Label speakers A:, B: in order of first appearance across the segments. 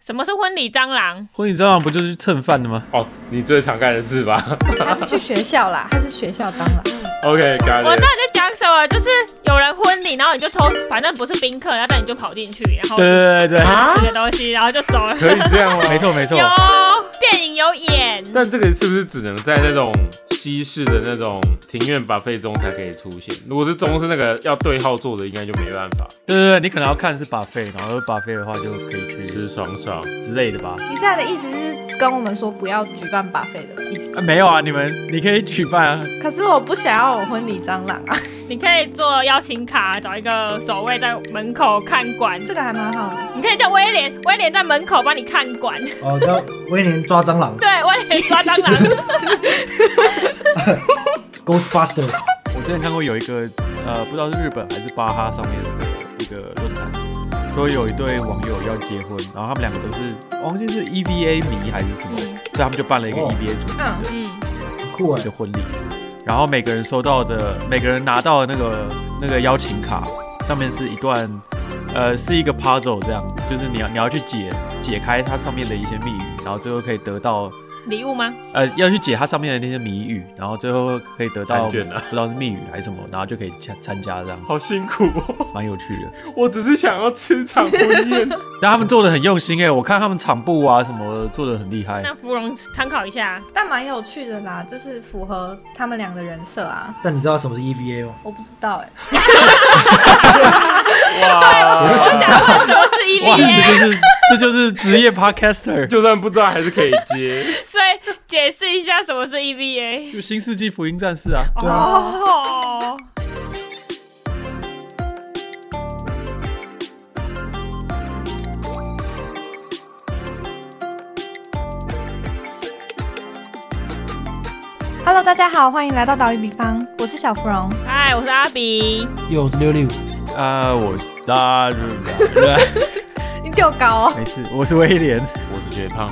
A: 什么是婚礼蟑螂？
B: 婚礼蟑螂不就是去蹭饭的吗？
C: 哦，你最常干的事吧
D: 他是去学校啦，他是学校蟑螂。
C: ？OK，干
A: 我
C: 了
A: 知道。你在讲什么，就是有人婚礼，然后你就偷，反正不是宾客，然后但你就跑进去，然后
B: 对对对对，
C: 啊
A: 吃个东西，然后就走了。
C: 可以这样吗？
B: 没错没错，
A: 有电影有演，
C: 但这个是不是只能在那种西式的那种庭院 buffet 中才可以出现？如果是中式那个要对号坐的，应该就没办法
B: 对对对，你可能要看是把费，然后把费的话就可以去
C: 吃爽爽。
B: 之类的吧？
D: 你现在的意思是跟我们说不要举办巴菲的意思？
B: 啊，没有啊，你们你可以举办啊，
D: 可是我不想要我婚礼蟑螂啊，
A: 你可以做邀请卡，找一个守卫在门口看管。
D: 这个还蛮好的。
A: 你可以叫威廉，威廉在门口帮你看管。
E: 哦，叫威廉抓蟑螂
A: 对，威廉抓蟑螂。
E: ，Ghostbuster。
B: 我之前看过有一个呃，不知道是日本还是巴哈上面的一个论坛，说有一对网友要结婚，然后他们两个都是，我忘记是 EVA 迷还是什么，
A: 嗯
B: 所以他们就办了一个
E: 哦
B: EVA 主题的
A: 嗯，
E: 酷哎
B: 的！婚礼，然后每个人收到的，每个人拿到的那个那个邀请卡上面是一段，呃，是一个 puzzle 这样，就是你要你要去解解开它上面的一些密语，然后最后可以得到。
A: 礼物吗？
B: 呃，要去解它上面的那些谜语，然后最后可以得到
C: 参卷啊
B: 不知道是密语还是什么，然后就可以参参加这样，
C: 好辛苦哦！
B: 蛮有趣的。
C: 我只是想要吃场婚 宴。
B: 但他们做的很用心哎、我看他们场布啊什么的做的很厉害。
A: 那芙蓉参考一下。
D: 但蛮有趣的啦，就是符合他们俩的人设啊。
E: 但你知道什么是 EVA 吗？
D: 我不知道哎、
A: 我
C: 哇，
A: 想问什么是 E
B: 哇，
A: EVA，
B: 这就是这就是职业 podcaster，
C: 就算不知道还是可以接。
A: 所以解释一下什么是 EVA。
B: 就新世纪福音战士啊。
E: 对啊
A: 哦，
D: Hello，大家好，欢迎来到岛屿比方，我是小芙蓉。
A: 嗨，我是阿比。
E: 又是六六，
B: 啊、我大日本，
D: 你丢高哦。
B: 没事，我是威 廉。
C: 我是绝胖，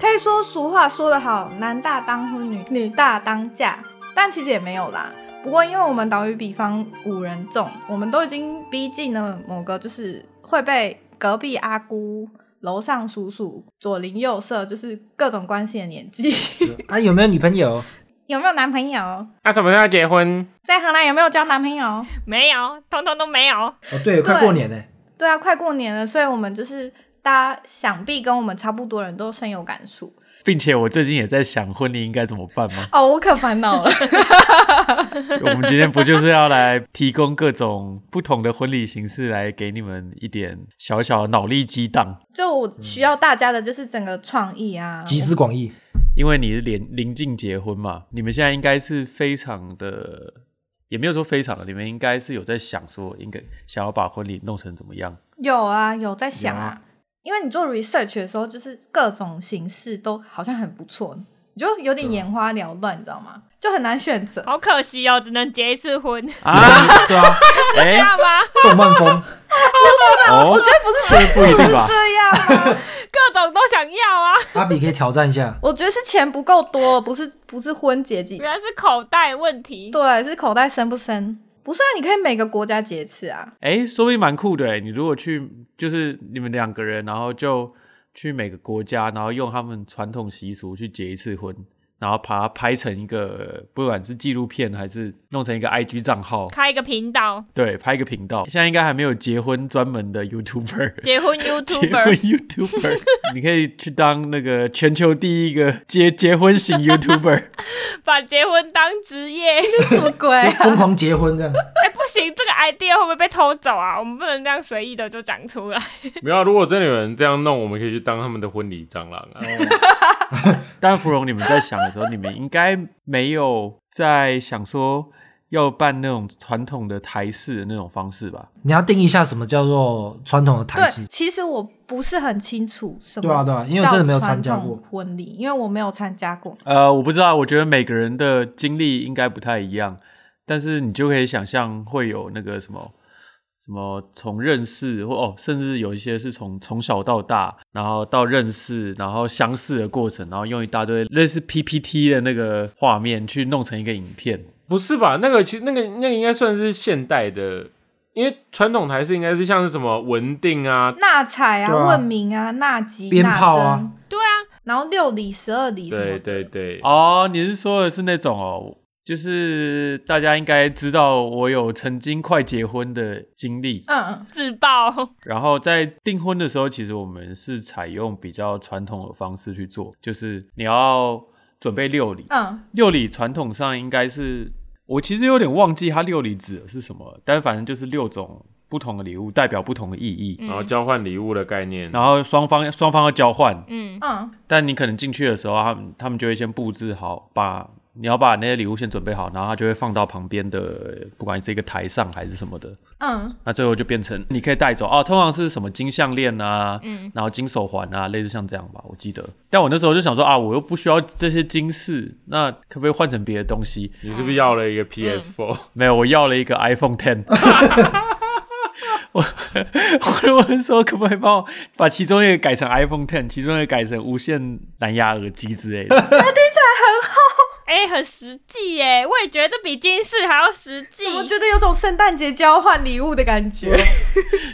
D: 可以说俗话说得好，男大当婚，女女大当嫁，但其实也没有啦。不过因为我们岛屿比方五人众，我们都已经逼近了某个就是会被隔壁阿姑、楼上叔叔、左邻右舍，就是各种关系的年纪。
E: 啊，有没有女朋友？
D: 有没有男朋友？
C: 那啊什么时候要结婚？
D: 在荷兰有没有交男朋友？
A: 没有，通通都没有。
E: 哦，对，快过年呢。
D: 对啊，快过年了，所以我们就是大家想必跟我们差不多人都深有感触。？
B: 并且我最近也在想婚礼应该怎么办吗
D: 哦，我可烦恼了。
B: 我们今天不就是要来提供各种不同的婚礼形式，来给你们一点小小的脑力激荡？
D: 就我需要大家的就是整个创意啊，
E: 集思广益，
B: 因为你是临临近结婚嘛，你们现在应该是非常的，也没有说非常的，你们应该是有在想说，应该想要把婚礼弄成怎么样？
D: 有啊，有在想
B: 有
D: 啊
B: 啊，
D: 因为你做 research 的时候，就是各种形式都好像很不错，你就有
E: 啊
D: 点眼花缭乱，你知道吗？就很难选择。
A: 好可惜哦，只能结一次婚， 知
B: 啊，
E: 对啊，
B: 哎、
A: 道吗？
E: 动漫 风，
B: 哦
D: 我觉，得
B: 这个不一定吧
D: 不是？这样啊，
A: 各种都想要啊，
E: 阿比可以挑战一下。
D: 我觉得是钱不够多，不是不是婚结几次
A: 原，来是口袋问题。
D: 对，是口袋深不深？不是啊，你可以每个国家结一次 啊。
B: 哎、说不定蛮酷的哎。你如果去，就是你们两个人，然后就去每个国家，然后用他们传统习俗去结一次婚，然后把它拍成一个，不管是纪录片还是弄成一个 IG 账号，
A: 开一个频道，
B: 对，拍一个频道。现在应该还没有结婚专门的 YouTuber。
A: 结婚
B: 结婚
A: YouTuber，
B: YouTuber，你可以去当那个全球第一个结结婚型 YouTuber，
A: 把结婚当职业。
D: 什么鬼
E: 就
D: 啊？
E: 疯狂结婚这样，
A: 哎、不行，这个 idea 会不会被偷走啊？我们不能这样随意的就讲出来。
C: 没有啊，如果真的有人这样弄，我们可以去当他们的婚礼蟑螂啊。
B: 但芙蓉，你们在想的时候，你们应该没有在想说要办那种传统的台式的那种方式吧？
E: 你要定义一下什么叫做传统的台
D: 对
E: 式，。
D: 其实我不是很清楚什么
E: 对啊对啊因为我真的没有
D: 叫
E: 参加
D: 传统
E: 过
D: 婚礼，因为我没有参加过。
B: 呃，我不知道，我觉得每个人的经历应该不太一样，但是你就可以想象会有那个什么。什么从认识或哦，甚至有一些是从从小到大，然后到认识，然后相似的过程，然后用一大堆类似 PPT 的那个画面去弄成一个影片。
C: 不是吧？那个其实那个那个应该算是现代的因为传统台式应该是像是什么文定啊，
D: 纳采啊、
E: 对啊
D: 问名啊、纳吉、
E: 鞭
D: 纳
E: 炮啊
D: 征，
A: 对啊，
D: 然后六礼、十二礼什么
C: 对
D: 的。
C: 对对，
B: 哦，你是说的是那种哦，就是大家应该知道我有曾经快结婚的经历，
D: 嗯嗯，
A: 自爆。
B: 然后在订婚的时候，其实我们是采用比较传统的方式去做，就是你要准备六礼，
D: 嗯，
B: 六礼传统上应该是，我其实有点忘记它六礼指的是什么了，但反正就是六种不同的礼物代表不同的意义，
A: 嗯
C: 然后交换礼物的概念，
B: 然后双方双方要交换，
A: 嗯，
D: 嗯，
B: 但你可能进去的时候，他们他们就会先布置好，把你要把那些礼物先准备好，然后他就会放到旁边的，不管是一个台上还是什么的，
D: 嗯，
B: 那最后就变成你可以带走哦，通常是什么金项链啊，
A: 嗯
B: 然后金手环啊，类似像这样吧，我记得。但我那时候就想说啊，我又不需要这些金饰，那可不可以换成别的东西？
C: 你是不是要了一个
D: 嗯
C: PS4？、
B: 没有，我要了一个 iPhone Ten。我 我问说可不可以帮我把其中一个改成 iPhone Ten，其中一个改成无线蓝牙耳机之类的。
A: 哎、很实际耶，我也觉得这比金饰还要实际。
D: 我觉得有种圣诞节交换礼物的感觉。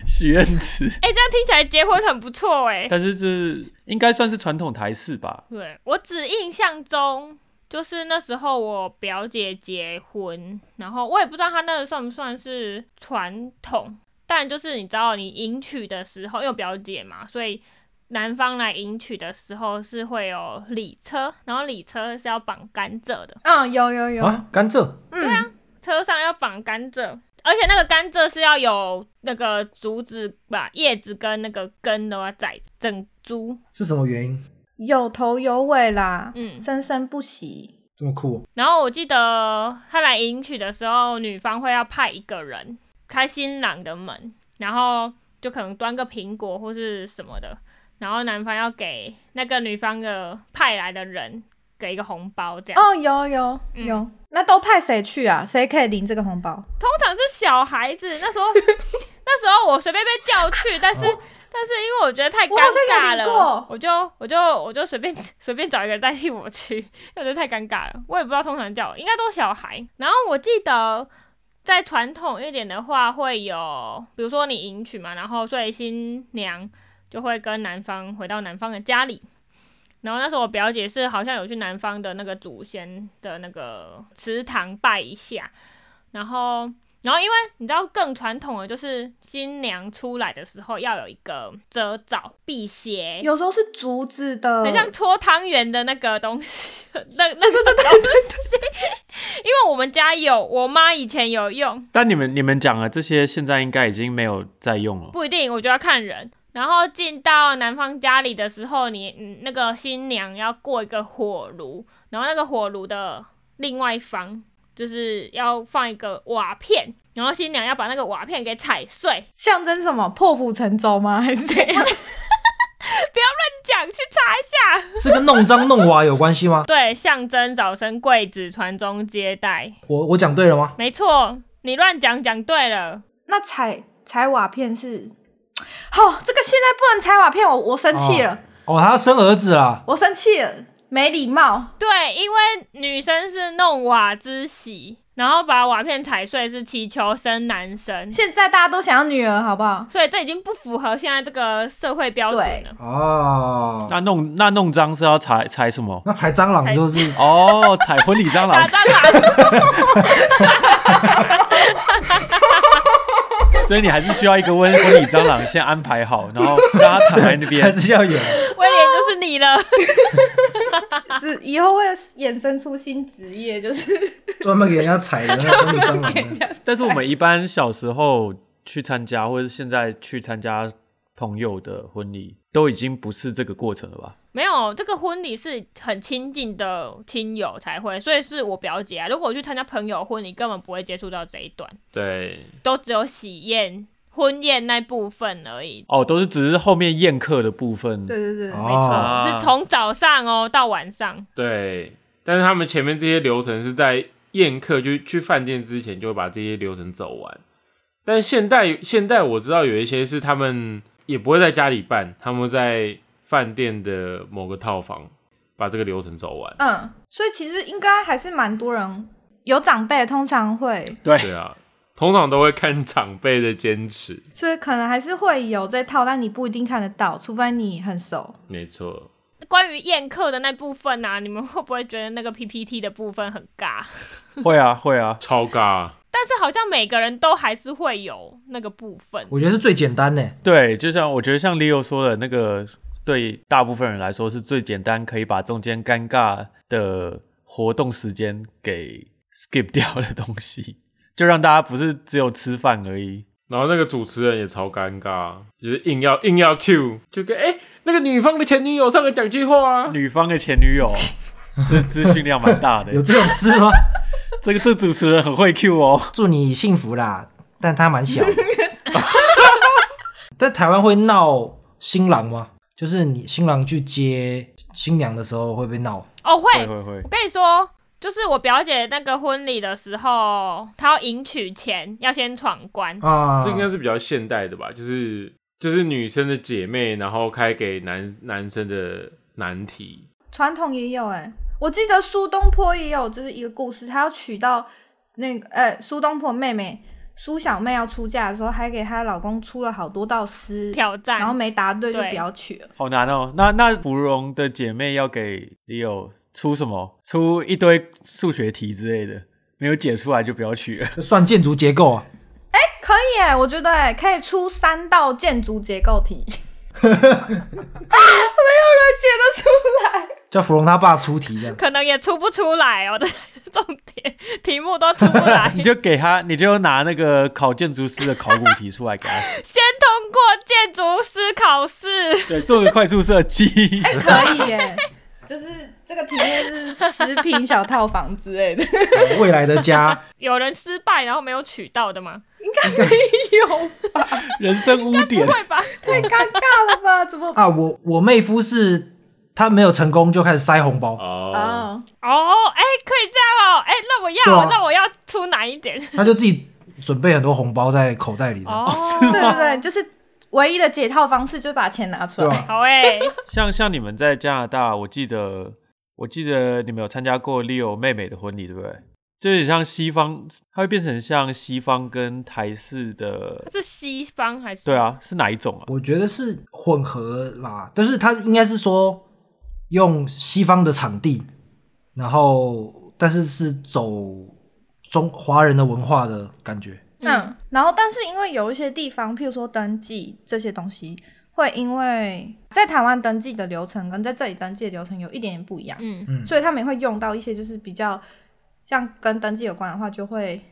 B: 许愿池，
A: 哎、这样听起来结婚很不错 哎。
B: 但是这应该算是传统台式吧？
A: 对我只印象中，就是那时候我表姐结婚，然后我也不知道她那个算不算是传统，但就是你知道，你迎娶的时候，因为我表姐嘛，所以男方来迎娶的时候是会有礼车，然后礼车是要绑甘蔗的，
D: 嗯，有有有，
E: 啊，甘蔗
D: 嗯，
A: 车上要绑甘蔗。而且那个甘蔗是要有那个竹子吧、叶子跟那个根都要在整株，
E: 是什么原因？
D: 有头有尾啦，
A: 嗯
D: 生生不息。
E: 这么酷哦
A: 然后我记得他来迎娶的时候，女方会要派一个人开新郎的门，然后就可能端个苹果或是什么的，然后男方要给那个女方的派来的人给一个红包，这样、
D: 哦，有有
A: 嗯
D: 有，那都派谁去啊？谁可以领这个红包？
A: 通常是小孩子。 那时候那时候我随便被叫去，但是。但是因为我觉得太尴
D: 哦我好像
A: 尬
D: 有领
A: 了，
D: 过
A: 我就我就我就随便 随便找一个人代替我去，因为我觉得太尴尬了。我也不知道通常叫，应该都是小孩。然后我记得在传统一点的话，会有比如说你迎娶嘛，然后所以新娘就会跟男方回到男方的家里。然后那时候我表姐是好像有去男方的那个祖先的那个祠堂拜一下，然后然后因为你知道更传统的就是新娘出来的时候要有一个遮罩辟邪，
D: 有时候是竹子的，
A: 很像搓汤圆的那个东西，那那个东西， 因为我们家有，我妈以前有用，
B: 但你们你们讲的这些现在应该已经没有在用了。
A: 不一定，我觉得要看人。然后进到男方家里的时候，你嗯那个新娘要过一个火炉，然后那个火炉的另外一方就是要放一个瓦片，然后新娘要把那个瓦片给踩碎，
D: 象征什么破釜沉舟吗？ 还是怎样？
A: 讲去查一下。
E: 是跟弄脏弄瓦有关系吗？
A: 对，象征早生贵子，传宗接代，
E: 我我讲对了吗？
A: 没错，你乱讲讲对了。
D: 那踩踩瓦片是，哦，这个现在不能踩瓦片，我我生气
C: 啊
D: 了，
E: 哦，他要生儿子啦，
D: 我生气了，没礼貌。
A: 对，因为女生是弄瓦之喜，然后把瓦片踩碎是祈求生男生，
D: 现在大家都想要女儿，好不好？
A: 所以这已经不符合现在这个社会标准了。
E: 啊哦，
B: 那弄那弄脏是要踩踩什么？
E: 那踩蟑螂就是
B: 哦，踩婚礼 蟑
A: 打
B: 螂，
A: 蟑螂，
B: 所以你还是需要一个婚婚礼蟑螂先安排好，然后让他躺在那
E: 还
B: 边。
E: 是要有，
A: 威廉就是你了。
D: 只以后会衍生出新职业，就是
E: 专门给人家踩的 那种蟑螂啊的。
B: 但是我们一般小时候去参加，或者是现在去参加朋友的婚礼，都已经不是这个过程了吧？
A: 没有，这个婚礼是很亲近的亲友才会，所以是我表姐啊。如果我去参加朋友婚礼，根本不会接触到这一段，
C: 对，
A: 都只有喜宴、婚宴那部分而已。
B: 哦，都是只是后面宴客的部分。
D: 对对对，
A: 没错，
E: 哦，
B: 啊
A: 是从早上哦到晚上。
C: 对，但是他们前面这些流程是在宴客就去饭店之前就会把这些流程走完。但现代现代我知道有一些是他们也不会在家里办，他们会在饭店的某个套房把这个流程走完。
D: 嗯，所以其实应该还是蛮多人有长辈，通常会
B: 对
C: 对啊，通常都会看长辈的坚持。
D: 所以可能还是会有这套，但你不一定看得到，除非你很熟。
C: 没错，
A: 关于宴客的那部分啊，你们会不会觉得那个 PPT 的部分很尬？
B: 会啊会啊，
C: 超尬。
A: 但是好像每个人都还是会有那个部分。
E: 我觉得是最简单的。
B: 对，就像我觉得像 Leo 说的那个，对大部分人来说是最简单，可以把中间尴尬的活动时间给 skip 掉的东西，就让大家不是只有吃饭而已。
C: 然后那个主持人也超尴尬，就是硬要硬要 Q，就跟哎、诶那个女方的前女友上来讲句话啊，
B: 女方的前女友，这资讯量蛮大的
E: 有。这种事吗？
B: 这个这主持人很会 Q 哦。
E: 祝你幸福啦，但他蛮小的。在台湾会闹新郎吗？就是你新郎去接新娘的时候会不会闹？
A: 哦，会，
B: 会会会
A: 我，跟你说，就是我表姐那个婚礼的时候，她要迎娶前要先闯关，
E: 啊，
C: 这应该是比较现代的吧，就是就是女生的姐妹，然后开给男男生的难题，
D: 传统也有哎、我记得苏东坡也有就是一个故事，他要娶到那个呃苏东坡妹妹苏小妹要出嫁的时候，还给她老公出了好多道诗
A: 挑战
D: 然后没答对就
A: 对
D: 不要娶了。
B: 好难哦。那那芙蓉的姐妹要给 Leo 出什么？出一堆数学题之类的，没有解出来就不要取了。，
E: 算建筑结构啊。
D: 可以哎、我觉得哎、可以出三道建筑结构题，没有人解得出来。
E: 叫芙蓉他爸出题 这样，
A: 可能也出不出来哦，这 才是重点，题目都出不来
B: 你就给他，你就拿那个考建筑师的考古题出来给他 写，
A: 先通过建筑师考试，
B: 对，做个快速设计。
A: 哎
D: 可以耶、 就是这个题目是食品小套房之类 的，
E: 未来的家
A: 有人失败然后没有取到的吗？
D: 有
B: 人生污点，
A: 会吧？
D: 太尴尬了吧？怎么？
E: 啊，我我妹夫是他没有成功就开始塞红包，
C: 哦，
D: 哦，
A: 哦，哎、可以这样哦，哎、那我要，
E: 对啊
A: 那我要出难一点？
E: 他就自己准备很多红包在口袋里的，
A: 哦，
D: 对对对，就是唯一的解套方式就是把钱拿出
E: 对
D: 来。
E: 吧？
A: 好哎、
B: 像像你们在加拿大，我记得我记得你们有参加过 Leo 妹妹的婚礼，对不对？就有点像西方，它会变成像西方跟台式的
A: 它，是西方还是？
B: 对，啊，是哪一种啊？
E: 我觉得是混合啦，但是他应该是说用西方的场地，然后但是是走中华人的文化的感觉。
D: 嗯，然后但是因为有一些地方，譬如说登记这些东西，会因为在台湾登记的流程跟在这里登记的流程有一点点不一样，
A: 嗯，
E: 嗯，
D: 所以他们也会用到一些就是比较像跟登记有关的话，就会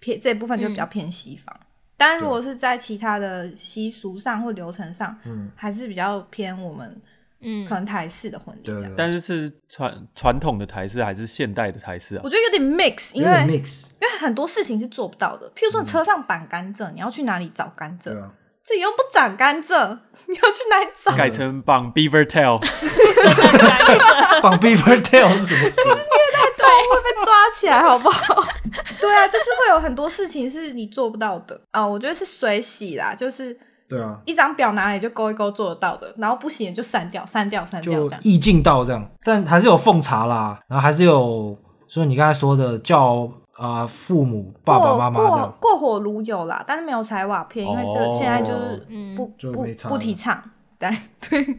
D: 偏这部分就比较偏西方。
E: 嗯
D: 但如果是在其他的习俗上或流程上，
E: 嗯，
D: 还是比较偏我们
A: 嗯
D: 可，能台式的婚 礼
E: 对啊
D: 这
E: 对
D: 样。
B: 但是是传传统的台式还是现代的台式啊
D: 我？觉得有点 mix，
E: 有
D: 因
E: 点
D: 为
E: mix，嗯
D: 因为很多事情是做不到的，譬如说你车上绑甘蔗，你要去哪里找甘蔗
E: 对？啊吧？
D: 这里又不长甘蔗， 你要去哪里找？
B: 改成绑 Beaver Tail，
E: 绑 Beaver Tail 是什么？
D: 对，会被抓起来，好不 好？对啊，就是会有很多事情是你做不到的啊、我觉得是水洗啦，就是
E: 对 啊，
D: 一张表拿来就勾一勾做得到的，然后不行就删掉，删掉，删掉
E: 就
D: 这样。
E: 意境到这样，但还是有奉茶啦，然后还是有，所以你刚才说的叫啊、呃父母爸爸妈妈这
D: 过过
E: 样，
D: 过火炉有啦，但是没有柴瓦片，因为这
B: 哦
D: 现在就是
A: 嗯
D: 不、
E: 就
D: 不
E: 没差
D: 不
E: 了
D: 提倡。对 对，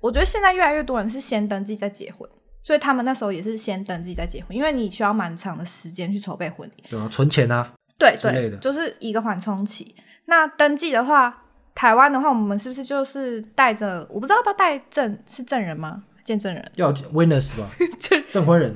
D: 我觉得现在越来越多人是先登记再结婚，所以他们那时候也是先登记再结婚，因为你需要蛮长的时间去筹备婚礼。
E: 对啊，存钱啊，
D: 对
E: 之类的
D: 对，就是一个缓冲期。那登记的话，台湾的话，我们是不是就是带着？我不知道要不要带证，是证人吗？见证人
E: 要 witness 吧，证婚人，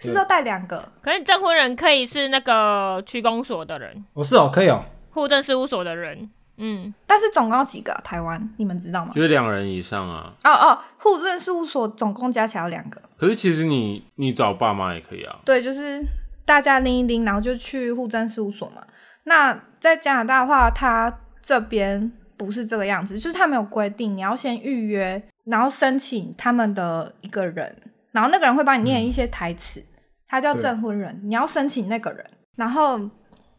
D: 是不是要带两个？
A: 可是你证婚人可以是那个区公所的人，
E: 哦是哦，可以哦，
A: 户政事务所的人，嗯，
D: 但是总共有几个啊、台湾？你们知道吗？
C: 就是两人以上啊。
D: 哦哦，户政事务所总共加起来有两个。
C: 可是其实你你找爸妈也可以啊，
D: 对，就是大家拎一拎，然后就去户政事务所嘛。那在加拿大的话，它这边不是这个样子，就是它没有规定你要先预约，然后申请他们的一个人，然后那个人会帮你念一些台词，他叫
E: 对
D: 证婚人，你要申请那个人，然后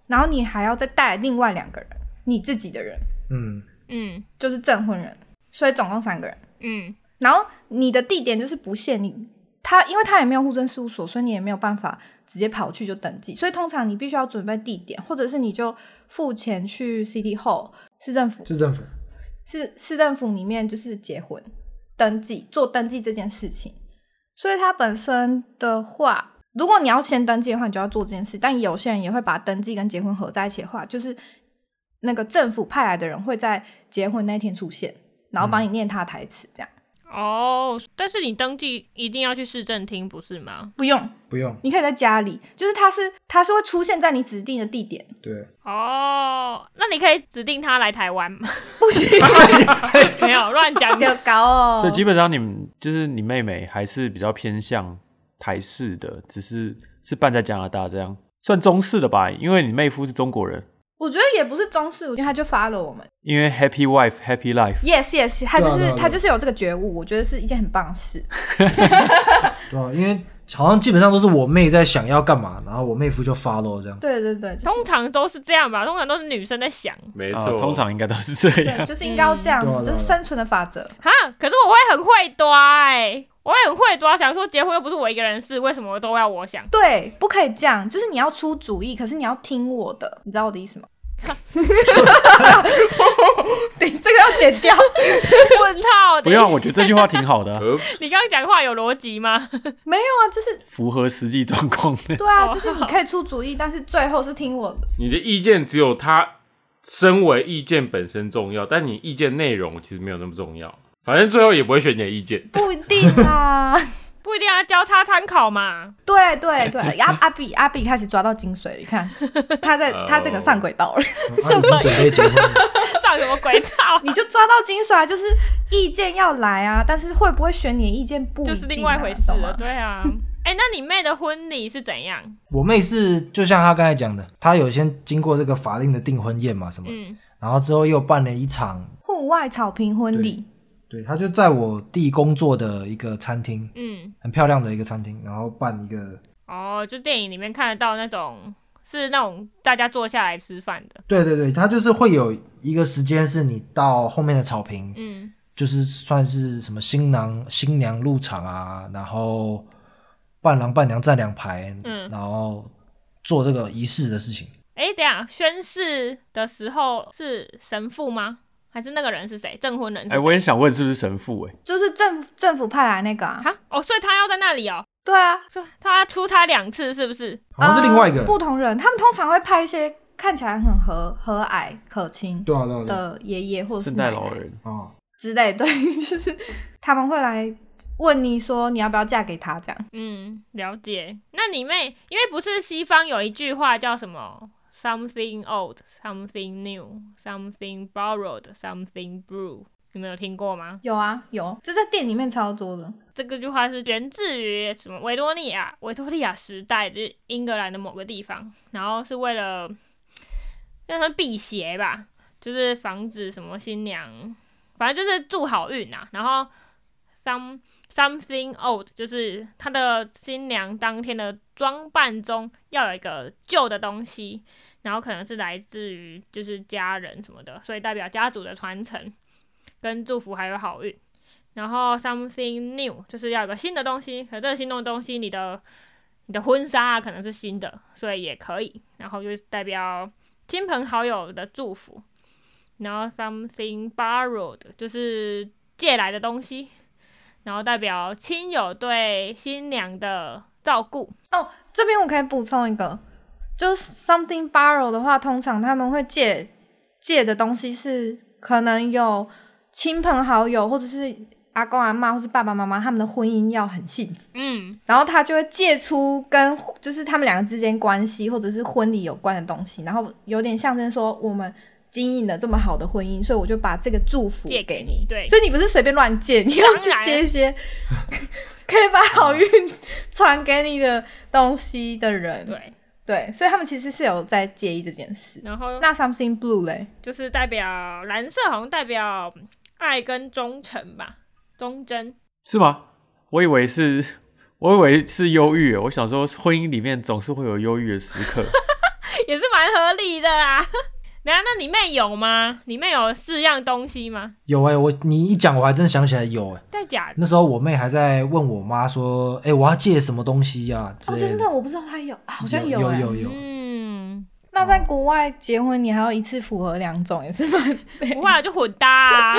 D: 然后你还要再带另外两个人，你自己的人
E: 嗯，
A: 嗯
D: 就是证婚人，所以总共三个人。
A: 嗯
D: 然后你的地点就是不限你，他因为他也没有户政事务所，所以你也没有办法直接跑去就登记，所以通常你必须要准备地点，或者是你就付钱去 City Hall 市政府
E: 市政府
D: 市市政府里面就是结婚登记做登记这件事情，所以它本身的话，如果你要先登记的话，你就要做这件事。但有些人也会把登记跟结婚合在一起的话，就是那个政府派来的人会在结婚那天出现，然后帮你念他台词，这样、
A: 哦，但是你登记一定要去市政厅，不是吗？
D: 不用，
E: 不用，
D: 你可以在家里，就是他是他是会出现在你指定的地点，
E: 对，
A: 哦，那你可以指定他来台湾吗？
D: 不行，
A: 没有乱讲
D: 有
A: 的。
D: 搞哦。
B: 所以基本上你们就是你妹妹还是比较偏向台式的，只是是办在加拿大这样，算中式的吧？因为你妹夫是中国人，
D: 我觉得也不是中式，因为他就发了我们。
B: 因为 Happy Wife Happy Life，
D: Yes, yes，他就是、
E: 对啊对啊
D: 他就是有这个觉悟，我觉得是一件很棒的事。
E: 对啊，因为好像基本上都是我妹在想要干嘛，然后我妹夫就 follow 这样。
D: 对对对，就是
A: 通常都是这样吧，通常都是女生在想
C: 没
B: 啊
C: 错，
B: 通常应该都是这
D: 对，
B: 样。
D: 就是应该要这样
E: 嗯对啊
D: 子，
E: 对
D: 这
E: 啊
D: 是生存的法则。
A: 哈，可是我会很会抓哎、我会很会抓，想说结婚又不是我一个人的事，为什么都要我想？
D: 对，不可以这样，就是你要出主意，可是你要听我的，你知道我的意思吗？ 对，这个要剪 掉。
A: 问号
B: 不
A: 的，
B: 用，我觉得这句话挺好的啊、
C: 呃
A: 你刚刚讲话有逻辑吗？
D: 没有啊，就是
B: 符合实际状况的。
D: 对啊，
A: 哦
D: 就是你可以出主意，但是最后是听我的。
C: 你的意见只有他身为意见本身重要，但你意见内容其实没有那么重要。反正最后也不会选你的意见。
D: 不一 定啊。
A: 不一定要交叉参考嘛。
D: 对对对，阿阿比阿比开始抓到精髓了，你看他在
C: 哦
D: 他这个上轨道了，
E: 啊，你们准备结婚了？
A: 上什么轨道？
D: 你就抓到精髓啊，就是意见要来啊，但是会不会选你的意见不一定啊
A: 就是另外一回事
D: 懂
A: 了，
D: 吗
A: 对 啊。哎、那你妹的婚礼是怎样？
E: 我妹是就像她刚才讲的，她有先经过这个法定的订婚宴嘛什么，
A: 嗯，
E: 然后之后又办了一场，
D: 户外草坪婚礼，
E: 对，她就在我弟工作的一个餐厅，
A: 嗯，
E: 很漂亮的一个餐厅，然后办一个，
A: 哦，就电影里面看得到那种，是那种大家坐下来吃饭的，
E: 对对对，她就是会有一个时间是你到后面的草坪，
A: 嗯，
E: 就是算是什么新郎新娘入场啊，然后伴郎伴娘站两排，
A: 嗯
E: 然后做这个仪式的事情。
A: 哎、等一下宣誓的时候是神父吗？还是那个人是谁？证婚人是
B: 哎、
A: 谁？
B: 我也想问是不是神父、哎，
D: 就是政府政府派来那个啊，
A: 哈哦，所以他要在那里哦，
D: 对啊，
A: 所以他出差两次是不是？
E: 好像是另外一个
D: 呃
E: 人，
D: 不同人，他们通常会派一些看起来很和和蔼可亲
E: 对啊对啊对啊，
D: 的爷爷或者是
B: 圣
D: 奶
B: 诞
D: 奶
B: 老人。
E: 哦，
D: 之类，对， 就是他们会来问你说你要不要嫁给他这样。
A: 嗯，了解。那你妹，因为不是西方有一句话叫什么 “something old, something new, something borrowed, something blue”，你们有听过吗？
D: 有啊，有，这在店里面超多的。
A: 这个句话是源自于什么维多利亚维多利亚时代，就是英格兰的某个地方，然后是为了让他辟邪吧，就是防止什么新娘，反正就是祝好运啊。然后 some something old 就是他的新娘当天的装扮中要有一个旧的东西，然后可能是来自于就是家人什么的，所以代表家族的传承跟祝福还有好运。然后 something new 就是要有个新的东西，可这个新的东西，你的你的婚纱啊可能是新的，所以也可以。然后就是代表亲朋好友的祝福。然后 something borrowed 就是借来的东西，然后代表亲友对新娘的照顾。
D: 哦，这边我可以补充一个，就是 something borrow 的话，通常他们会借借的东西是可能有亲朋好友，或者是阿公阿妈，或是爸爸妈妈，他们的婚姻要很幸福，
A: 嗯，
D: 然后他就会借出跟就是他们两个之间关系或者是婚礼有关的东西，然后有点象征说我们。经营了这么好的婚姻，所以我就把这个祝福
A: 借
D: 给
A: 给
D: 你
A: 你。对
D: 所以你不是随便乱借，你要
A: 当然
D: 去借一些可以把好运传给你的东西的人。
A: 对。
D: 对，所以他们其实是有在介意这件事。
A: 然后
D: 那 something blue 嘞？
A: 就是代表蓝色，好像代表爱跟忠诚吧，忠贞。
B: 是吗？我以为是，我以为是忧郁。我想说，婚姻里面总是会有忧郁的时刻。
A: 也是蛮合理的啊。 等一下，那里面有吗？里面有四样东西吗？
E: 有哎、我你一讲我还真想起来有哎、
A: 在假的？
E: 那时候我妹还在问我妈说：“哎、我要借什么东西呀、之
D: 哦，
E: 类
D: 真的，我不知道他有，啊好像
E: 有
D: 哎。
E: 有有
A: 嗯，
D: 那在国外结婚，你还要一次符合两种，也是蛮 累
A: 不会啊，就混搭啊。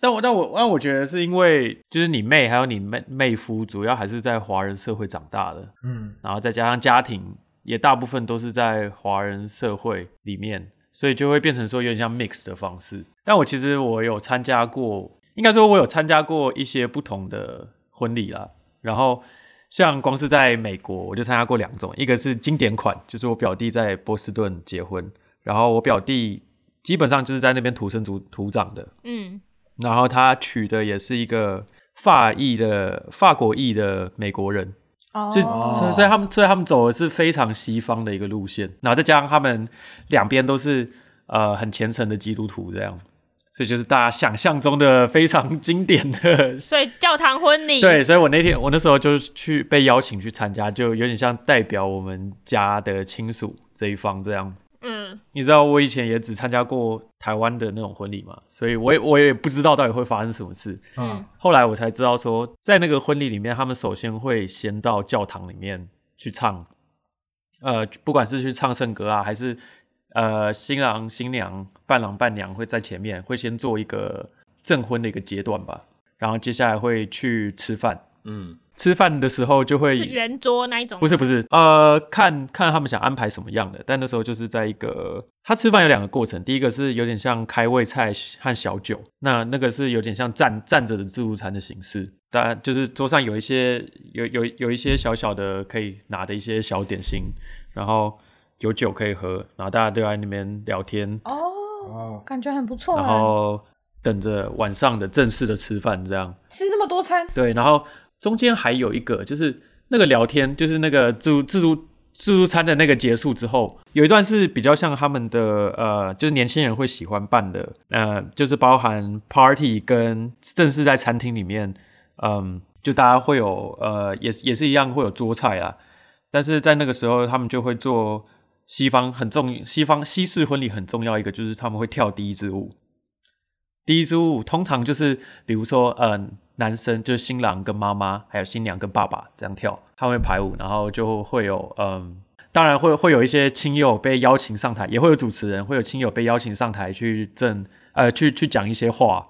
B: 但我但我但我觉得是因为就是你妹还有你妹妹夫，主要还是在华人社会长大的，
E: 嗯，
B: 然后再加上家庭也大部分都是在华人社会里面，所以就会变成说有点像 mix 的方式。但我其实我有参加过，应该说我有参加过一些不同的婚礼啦。然后像光是在美国，我就参加过两种，一个是经典款，就是我表弟在波士顿结婚，然后我表弟基本上就是在那边土生土土长的，
A: 嗯，
B: 然后他娶的也是一个法裔的法国裔的美国人，
D: 哦
B: 所以，所以所以他们，所以他们走的是非常西方的一个路线，然后再加上他们两边都是呃很虔诚的基督徒这样，所以就是大家想象中的非常经典的。
A: 所以教堂婚礼，
B: 对，所以我那天我那时候就去被邀请去参加，就有点像代表我们家的亲属这一方这样。
A: 嗯，
B: 你知道我以前也只参加过台湾的那种婚礼嘛，所以我也我也不知道到底会发生什么事。
E: 哦
A: 嗯
B: 后来我才知道说，在那个婚礼里面，他们首先会先到教堂里面去唱，呃，不管是去唱圣歌啊，还是呃新郎新娘、伴郎伴娘会在前面，会先做一个证婚的一个阶段吧，然后接下来会去吃饭。
C: 嗯，
B: 吃饭的时候就是会
A: 圆桌那一种吗，
B: 不是不是，呃，看看他们想安排什么样的，但那时候就是在一个他吃饭有两个过程，第一个是有点像开胃菜和小酒，那那个是有点像站站着的自助餐的形式，当然就是桌上有一些有有有一些小小的可以拿的一些小点心，然后有酒可以喝，然后大家都在那边聊天，
D: 哦，
E: 哦，
D: 感觉很不错
B: 然
D: 啊，
B: 后等着晚上的正式的吃饭这样。
D: 吃那么多餐，
B: 对，然后中间还有一个就是那个聊天，就是那个自助自助自助餐的那个结束之后，有一段是比较像他们的呃，就是年轻人会喜欢办的，呃，就是包含 party 跟正式在餐厅里面，嗯，就大家会有呃，也是也是一样会有桌菜啊，但是在那个时候他们就会做。西方很重，西方西式婚礼很重要一个就是他们会跳第一支舞，第一支舞通常呃就是，比如说，嗯、男生就是新郎跟妈妈，还有新娘跟爸爸这样跳，他们会排舞，然后就会有，嗯，当然会会有一些亲友被邀请上台，也会有主持人，会有亲友被邀请上台去正，呃，去去讲一些话，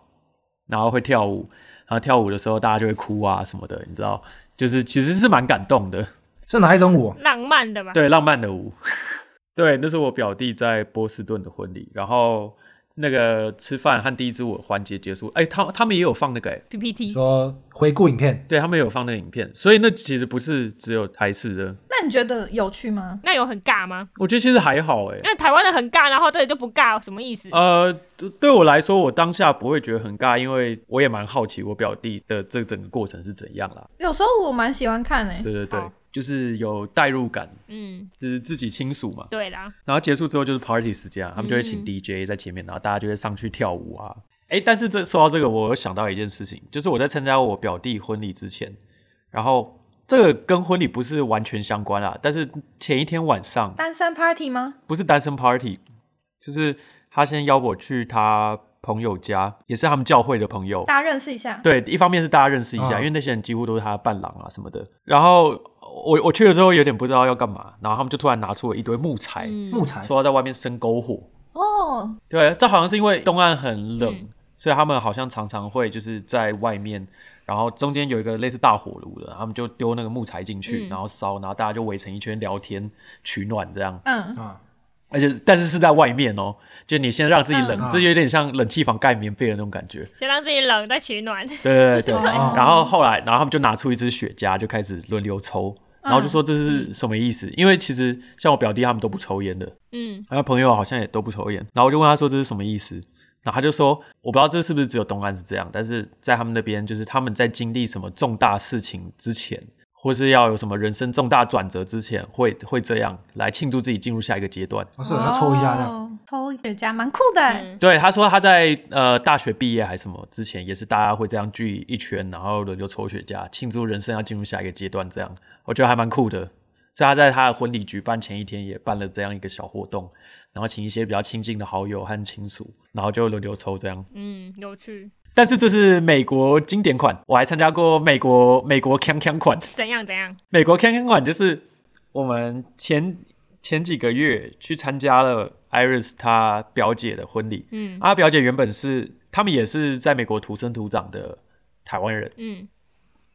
B: 然后会跳舞，然后跳舞的时候大家就会哭啊什么的，你知道，就是其实是蛮感动的，
E: 是哪一种舞？
A: 浪漫的吧？
B: 对，浪漫的舞。 对，那是我表弟在波士顿的婚礼，然后那个吃饭和第一支舞的环节结束，哎，他他们也有放那个，哎，
A: ，PPT
E: 说回顾影片，
B: 对他们也有放那个影片，所以那其实不是只有台式的，
D: 那你觉得有趣吗？
A: 那有很尬吗？
B: 我觉得其实还好，哎
A: 因，为台湾的很尬，然后这里就不尬，什么意思？
B: 呃，对对我来说，我当下不会觉得很尬，因为我也蛮好奇我表弟的这整个过程是怎样啦。
D: 有时候我蛮喜欢看欸诶，
B: 对对对
A: 哎好，
B: 就是有代入感，
A: 嗯，
B: 是自己亲属嘛。
A: 对啦，
B: 然后结束之后就是 party 时间啊，他们就会请
A: 嗯
B: DJ 在前面，然后大家就会上去跳舞啊。哎，但是这说到这个，我有想到一件事情，就是我在参加我表弟婚礼之前，然后这个跟婚礼不是完全相关啦，但是前一天晚上
D: 单身 party 吗？
B: 不是单身 party，就是他先邀我去他朋友家，也是他们教会的朋友，
D: 大家认识一下。
B: 对，一方面是大家认识一下，
E: 嗯
B: 因为那些人几乎都是他的伴郎啊什么的。然后我我去的时候有点不知道要干嘛，然后他们就突然拿出了一堆木材，
A: 嗯，
E: 木材
B: 说要在外面生篝火。
D: 哦，
B: 对，这好像是因为东岸很冷，
A: 嗯
B: 所以他们好像常常会就是在外面，然后中间有一个类似大火炉的，他们就丢那个木材进去，
A: 嗯
B: 然后烧，然后大家就围成一圈聊天取暖这样。
D: 嗯，
E: 啊，
B: 而且但是是在外面哦，就你先让自己冷，
E: 嗯
B: 这有点像冷气房盖棉被的那种感觉。
A: 先让自己冷，再取暖。
B: 对对对对。
E: 哦
B: 然后后来，然后他们就拿出一支雪茄，就开始轮流抽，然后就说这是什么意思？因为其实像我表弟他们都不抽烟的，
A: 嗯，
B: 然后朋友好像也都不抽烟，然后我就问他说这是什么意思，然后他就说我不知道这是不是只有东岸是这样，但是在他们那边，就是他们在经历什么重大事情之前，或是要有什么人生重大转折之前，会会这样来庆祝自己进入下一个阶段。
E: 我是要抽一下这样。
D: 哦，抽雪茄蛮酷的欸。
A: 嗯
B: 对，他说他在呃大学毕业还是什么之前，也是大家会这样聚一圈，然后轮流抽雪茄，庆祝人生要进入下一个阶段，这样我觉得还蛮酷的。所以他在他的婚礼举办前一天也办了这样一个小活动，然后请一些比较亲近的好友和亲属，然后就轮流抽这样。
A: 嗯，有趣。
B: 但是这是美国经典款，我还参加过美国美国 can can 款。
A: 怎样怎样？
B: 美国 can can 款就是我们前前几个月去参加了 Iris 她表姐的婚礼，
A: 嗯
B: 啊，表姐原本是他们也是在美国土生土长的台湾人，
A: 嗯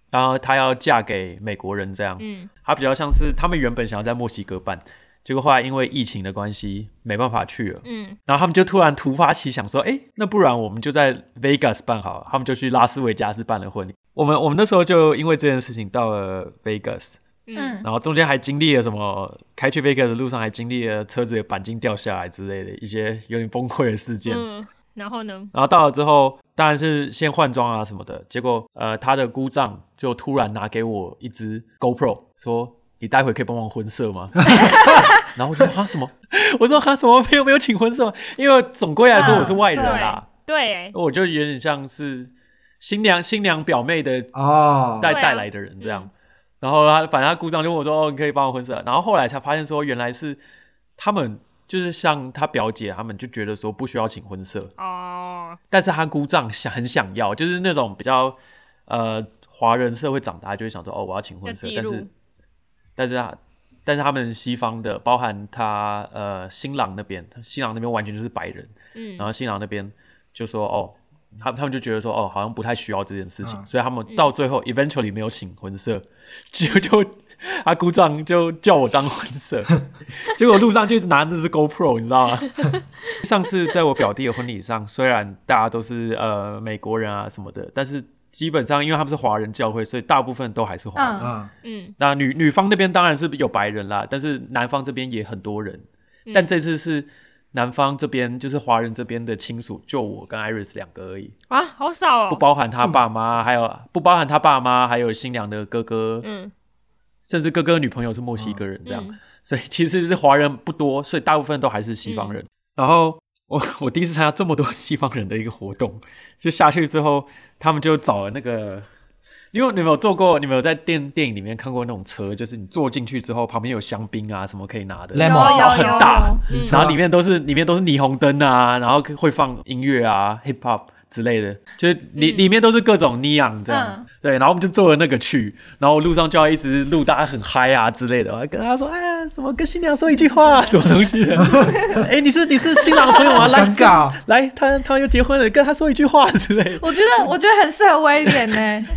B: 然后她要嫁给美国人这样，
A: 嗯
B: 她比较像是他们原本想要在墨西哥办，结果后来因为疫情的关系没办法去了，
A: 嗯，
B: 然后他们就突然突发奇想说，哎，那不然我们就在 Vegas 办好了，他们就去拉斯维加斯办了婚礼。我们我们那时候就因为这件事情到了 Vegas，
A: 嗯，
B: 然后中间还经历了什么？开去 Vegas 的路上还经历了车子的钣金掉下来之类的一些有点崩溃的事件。
A: 嗯，然后呢？
B: 然后到了之后，当然是先换装啊什么的。结果呃，他的姑丈就突然拿给我一只 GoPro，说：“你待会可以帮忙婚摄吗？” 然后我就说：“啊什么？”我说：“啊什么？没有没有请婚摄吗？因为总归来说我是外人啦，
A: 对、欸，
B: 我就有点像是新娘新娘表妹的
E: 哦，
B: 带
A: 对啊
B: 带来的人这样。
A: 嗯
B: 然后他反正他姑丈就问我说：“哦，你可以帮我婚摄。”然后后来才发现说，原来是他们就是像他表姐他们就觉得说不需要请婚摄，
A: 哦，
B: 但是他姑丈想很想要，就是那种比较呃华人社会长大就会想说哦我要请婚摄，
A: 要记
B: 但
A: 录
B: 是但是他但是他们西方的，包含他呃新郎那边，新郎那边完全就是白人，
A: 嗯
B: 然后新郎那边就说哦。他他们就觉得说哦，好像不太需要这件事情，
E: 嗯
B: 所以他们到最后 eventually 没有请婚摄，就就他姑丈就叫我当婚摄， 结果路上就一直拿着这只 GoPro，你知道吗？上次在我表弟的婚礼上，虽然大家都是呃美国人啊什么的，但是基本上因为他们是华人教会，所以大部分都还是华人。
D: 嗯
E: 嗯，
A: 嗯
B: 那女女方那边当然是有白人啦，但是男方这边也很多人，
A: 嗯
B: 但这次是男方这边就是华人这边的亲属，就我跟 Iris 两个而已，
A: 啊，好少
B: 不
A: 哦。
B: 包含他爸妈，还有不包含他爸妈，还有新娘的哥哥，
A: 嗯，
B: 甚至哥哥的女朋友是墨西哥人这样。
A: 嗯
B: 所以其实是华人不多，所以大部分都还是西方人。然后我我第一次参加这么多 西方人的一个活动，就下去之后，他们就找了那个，因为你们有做过，你们有在电电影里面看过那种车，就是你坐进去之后，旁边有香槟啊什么可以拿的。
D: 嗯
E: Lemon
B: 然后很大，
A: 嗯
E: 车
B: 然后里面都是里面都是霓虹灯啊，然后会放音乐啊，hip hop 之类的，就是里、里面都是各种 neon 这样，
D: 嗯
B: 对，然后我们就坐了那个去，然后路上就要一直录大家很嗨啊之类的，我还跟他说，哎，什么跟新娘说一句话、啊，什么东西的，哎，你是你是新郎朋友吗？来
E: 尴尬，
B: 来，他他又结婚了，跟他说一句话之类的。
D: 我觉得我觉得很适合威廉呢、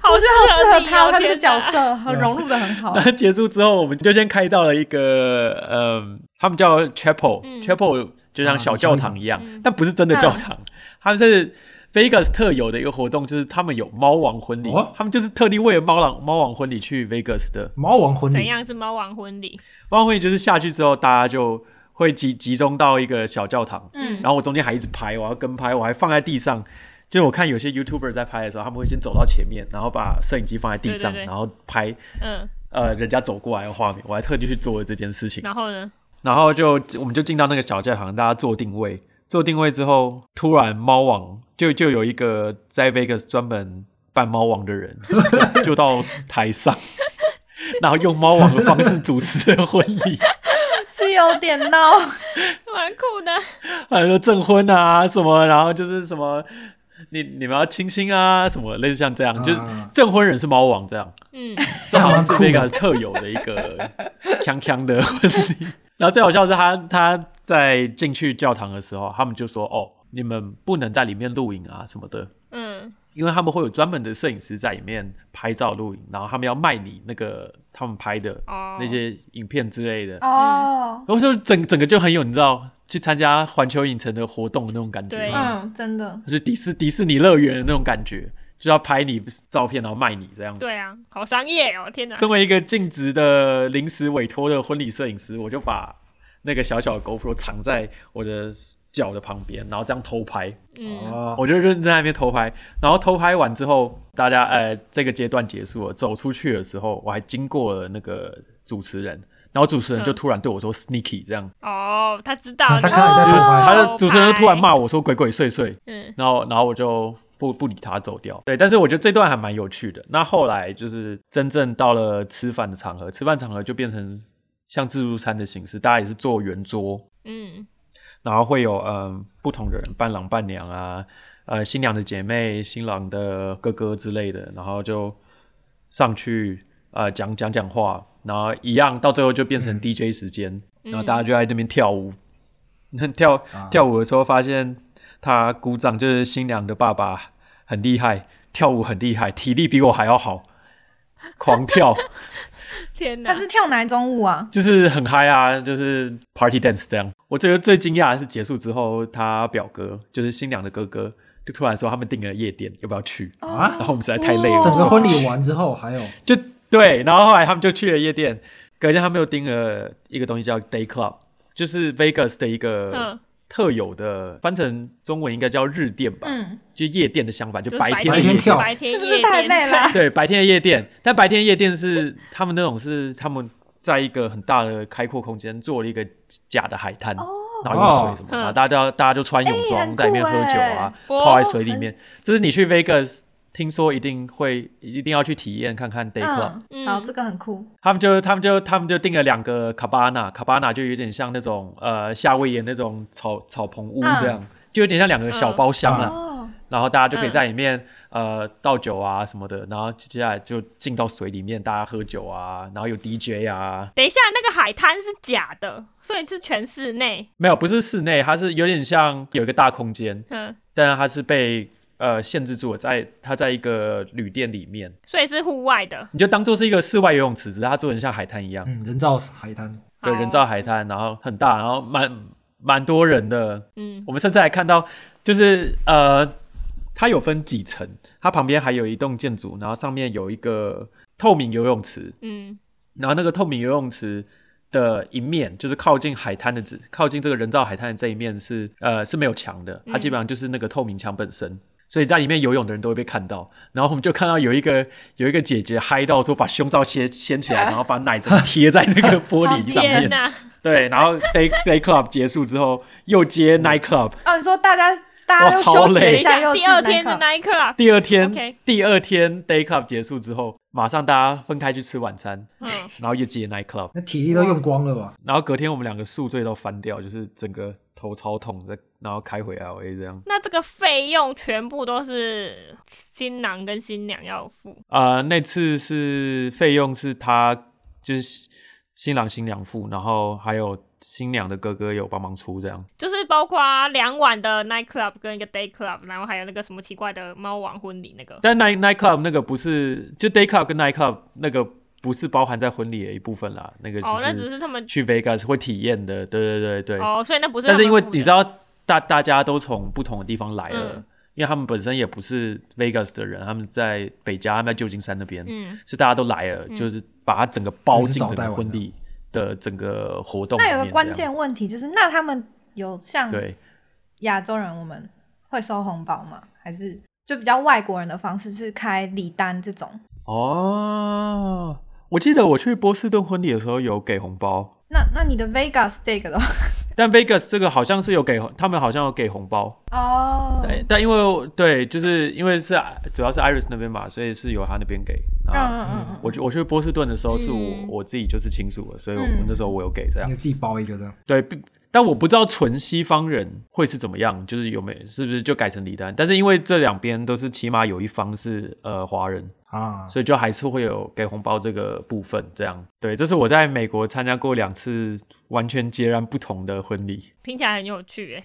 A: 好
D: 我觉得好适合
A: 你
D: 他，
A: 哦
D: 他这个角，
A: 天哪
D: 色很融入的很 好
B: 然。后结束之后，我们就先开到了一个，嗯，他们叫
A: 嗯
B: chapel，chapel、就像小教堂一样，但不是真的教堂，
A: 嗯
B: 他们是 Vegas 特有的一个活动，就是他们有猫王婚礼，
E: 哦
B: 他们就是特地为了猫王猫王婚礼去 Vegas 的。
E: 猫王婚
A: 怎
E: 礼，
A: 样是猫王婚礼？
B: 猫王婚礼就是下去之后，大家就会集集中到一个小教堂，
D: 嗯
B: 然后我中间还一直拍，我要跟拍，我还放在地上。就是我看有些 YouTuber 在拍的时候，他们会先走到前面，然后把摄影机放在地上，
A: 对对对
B: 然后拍
A: 嗯，
B: 呃人家走过来的画面，我还特地去做了这件事情。
A: 然后呢？
B: 然后就我们就进到那个小教堂，大家做定位。做定位之后，突然猫王就就有一个在 Vegas 专门扮猫王的人， 就就到台上， 然后用猫王的方式主持的婚礼，
D: 是有点闹，
A: 蛮酷的，
B: 还有证婚啊什么，然后就是什么你你们要亲亲啊什么，类似像这样，就是
E: 啊
B: 证婚人是猫王这样。
A: 嗯，
B: 这好像是
E: 蛮酷的
B: Vegas 特有的一个 锵锵的 婚礼。然后最好笑的是他他在进去教堂的时候，他们就说：“哦，你们不能在里面录影啊什么的，
A: 嗯
B: 因为他们会有专门的摄影师在里面拍照录影，然后他们要卖你那个他们拍的
A: 哦
B: 那些影片之类的。
D: 哦，
B: 然后就整整个就很有你知道去参加环球影城的活动的那种感觉
A: 对，
D: 嗯，真的，
B: 就是迪士迪士尼乐园的那种感觉，就要拍你照片然后卖你这样子。
A: 对啊，好商业哦，天 哪！
B: 身为一个尽职的临时委托的婚礼摄影师，我就把那个小小的 GoPro 藏在我的脚的旁边，然后这样偷拍。
A: 嗯，
E: 哦，
B: 我就认真在那边偷拍，然后偷拍完之后，大家呃这个阶段结束了，走出去的时候，我还经过了那个主持人，然后主持人就突然对我说 “sneaky” 这样，
A: 哦，他知道
E: 他
A: 你
E: 看了在
A: 偷
E: 偷
B: 他
E: 拍，
B: 的主持人就突然骂我说“鬼鬼祟祟”，
A: 嗯
B: 然后然后我就不不理他走掉。对，但是我觉得这段还蛮有趣的。那后来就是真正到了吃饭的场合，吃饭场合就变成像自助餐的形式，大家也是坐圆桌，
A: 嗯，
B: 然后会有嗯不同的人，伴郎伴娘啊，呃新娘的姐妹、新郎的哥哥之类的，然后就上去呃讲讲讲话，然后一样到最后就变成 DJ 时间，然后大家就在那边跳舞。 那跳跳舞的时候，发现他鼓掌就是新娘的爸爸很厉害，跳舞很厉害，体力比我还要好，狂跳。
A: 天哪
D: 他！是跳哪一种舞啊？
B: 就是很嗨啊，就是 party dance 这样。我觉得最惊讶的是结束之后，他表哥就是新娘的哥哥，就突然说他们订了夜店，要不要去？
E: 啊
B: 然，后我们实在太累了，
E: 哦整
B: 我们
E: 个
B: 说
E: 婚礼完之后还有
B: 就对，然后后来他们就去了夜店，隔天他们又订了一个东西叫 day club，就是 Vegas 的一个
A: 嗯
B: 特有的，翻成中文应该叫日店吧，
D: 嗯，
B: 就夜店的相反，就
A: 就是
B: 白天的
E: 白
B: 夜
E: 天
B: 店。
E: 跳
A: 白天
D: 是不
A: 夜
D: 是太累
A: 店，
D: 了？
B: 对，白天的夜店，但白天的夜店是他们那种是他们在一个很大的开阔空间做了一个假的海滩，然后有水什么，
A: 嗯
B: 然后大家都要大家就穿泳
D: 哦哎
B: 装
D: 很酷欸
B: 在里面喝酒啊，
A: 哎
B: 泡在水里面。这是你去 Vegas 听说一定会一定要去体验看看 Day Club，、
A: 嗯
D: 嗯，好，这个很酷。
B: 他们就他们就他们就订了两个 Cabana，Cabana 就有点像那种呃夏威夷那种草草棚屋
D: 嗯
B: 这样，就有点像两个小包厢啊。
D: 哦，
B: 然后大家就可以在里面、呃倒酒啊什么的，然后接下来就进到水里面，大家喝酒啊，然后有 DJ 啊，
A: 等一下，那个海滩是假的，所以是全室内。
B: 没有不是室内，它是有点像有一个大空间，
A: 嗯，
B: 但是它是被呃限制住了，在它在一个旅店里面，
A: 所以是户外的。
B: 你就当做是一个室外游泳池，只是它做成像海滩一样，
E: 嗯人造海滩，
B: 对，
A: 好
B: 人造海滩，然后很大，然后蛮蛮多人的，
A: 嗯
B: 我们甚至还看到，就是呃，它有分几层，它旁边还有一栋建筑，然后上面有一个透明游泳池，
A: 嗯
B: 然后那个透明游泳池的一面，就是靠近海滩的这靠近这个人造海滩的这一面是呃是没有墙的，它基本上就是那个透明墙本身。所以在里面游泳的人都会被看到，然后我们就看到有一个有一个姐姐嗨到说把胸罩掀掀起来，然后把奶整个贴在那个玻璃上
A: 哦天
B: 面。
A: 哪！
B: 对，然后 day day club 结束 之后又接 night club，
D: 哦，你说大家大
B: 哇
D: 家又
B: 超
D: 休息
A: 等
B: 累
D: 一
A: 一
D: 下，
A: 下，
D: 又去
A: 第二天的
D: 那一刻
A: 那一刻啊，
B: 第二天
A: OK
B: 第二天 day club 结束之后，马上大家分开去吃晚餐，
A: 嗯，
B: 然后又接 night club，
E: 那体力都用光了吧？
B: 然后隔天我们两个宿醉到翻掉，就是整个头超痛，再然后开回 L A 这样。
A: 那这个费用全部都是新郎跟新娘要付。
B: 呃，那次是费用是他就是新郎新娘付，然后还有新娘的哥哥有帮忙出这样。
A: 就是包括两晚的 night club 跟一个 day club，然后还有那个什么奇怪的猫王婚礼那个，
B: 但 night night club 那个不是，就 day club 跟 night club 那个不是包含在婚礼的一部分啦，那个
A: 哦，那
B: 只
A: 只
B: 是
A: 是他们
B: 去 Vegas 会体验的，对对对对。
A: 哦，所以那不是他
B: 但
A: 们
B: 是因为
A: 付的
B: 你知道，大大家都从不同的地方来了，
A: 嗯
B: 因为他们本身也不是 Vegas 的人，他们在北加，他们在旧金山那边，
A: 嗯
B: 所以大家都来了，就是把它整个包进整
E: 就是早带
B: 个
E: 晚
B: 婚礼的整个活动里
D: 那
B: 面这样。
D: 有个关键问题就是，那他们有像
B: 对，
D: 亚洲人我们会收红包吗？还是就比较外国人的方式是开礼单这种？
B: 哦，我记得我去波士顿婚礼的时候有给红包，
D: 那那你的 Vegas 这个的话
B: 但 Vegas 这个好像是有给，他们好像有给红包，
D: 哦，
B: 对，但因为对，就是因为是主要是 Iris 那边嘛，所以是由他那边给
D: 嗯
B: 啊。
D: 嗯嗯嗯，
B: 我去我去波士顿的时候，是我、
A: 嗯
B: 我自己就是亲属了，所以我
D: 嗯
B: 那时候我有给这样。
E: 你自己包一个这样，
B: 对，并但我不知道纯西方人会是怎么样，就是有没有是不是就改成礼单？但是因为这两边都是起码有一方是呃华人，
E: 啊，
B: 所以就还是会有给红包这个部分。这样，对，这是我在美国参加过两次完全截然不同的婚礼。
A: 听起来很有趣哎。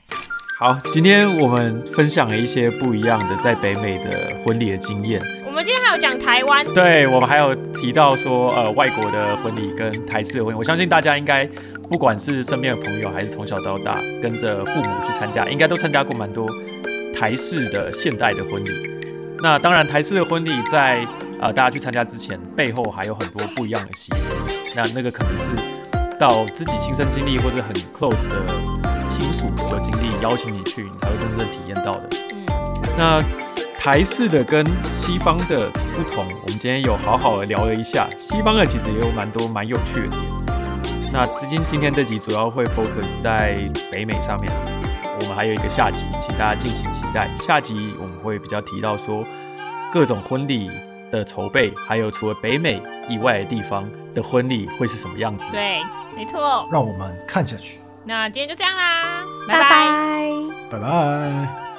B: 好，今天我们分享了一些不一样的在北美的婚礼的经验。
A: 我们今天还有讲台湾，
B: 对我们还有提到说，呃，外国的婚礼跟台式的婚礼，我相信大家应该不管是身边的朋友，还是从小到大跟着父母去参加，应该都参加过蛮多台式的现代的婚礼。那当然，台式的婚礼在呃大家去参加之前，背后还有很多不一样的习俗。那那个可能是到自己亲身经历，或者很 close 的亲属有经历邀请你去，你才会真正体验到的。
A: 嗯，
B: 那台式的跟西方的不同，我们今天有好好的聊了一下。西方的其实也有蛮多蛮有趣的点。那今天今天这集主要会 focus 在北美上面，我们还有一个下集，请大家敬请期待。下集我们会比较提到说，各种婚礼的筹备，还有除了北美以外的地方的婚礼会是什么样子。
A: 对，没错。
E: 让我们看下去，
A: 那今天就这样啦，拜
D: 拜拜。
E: 拜拜。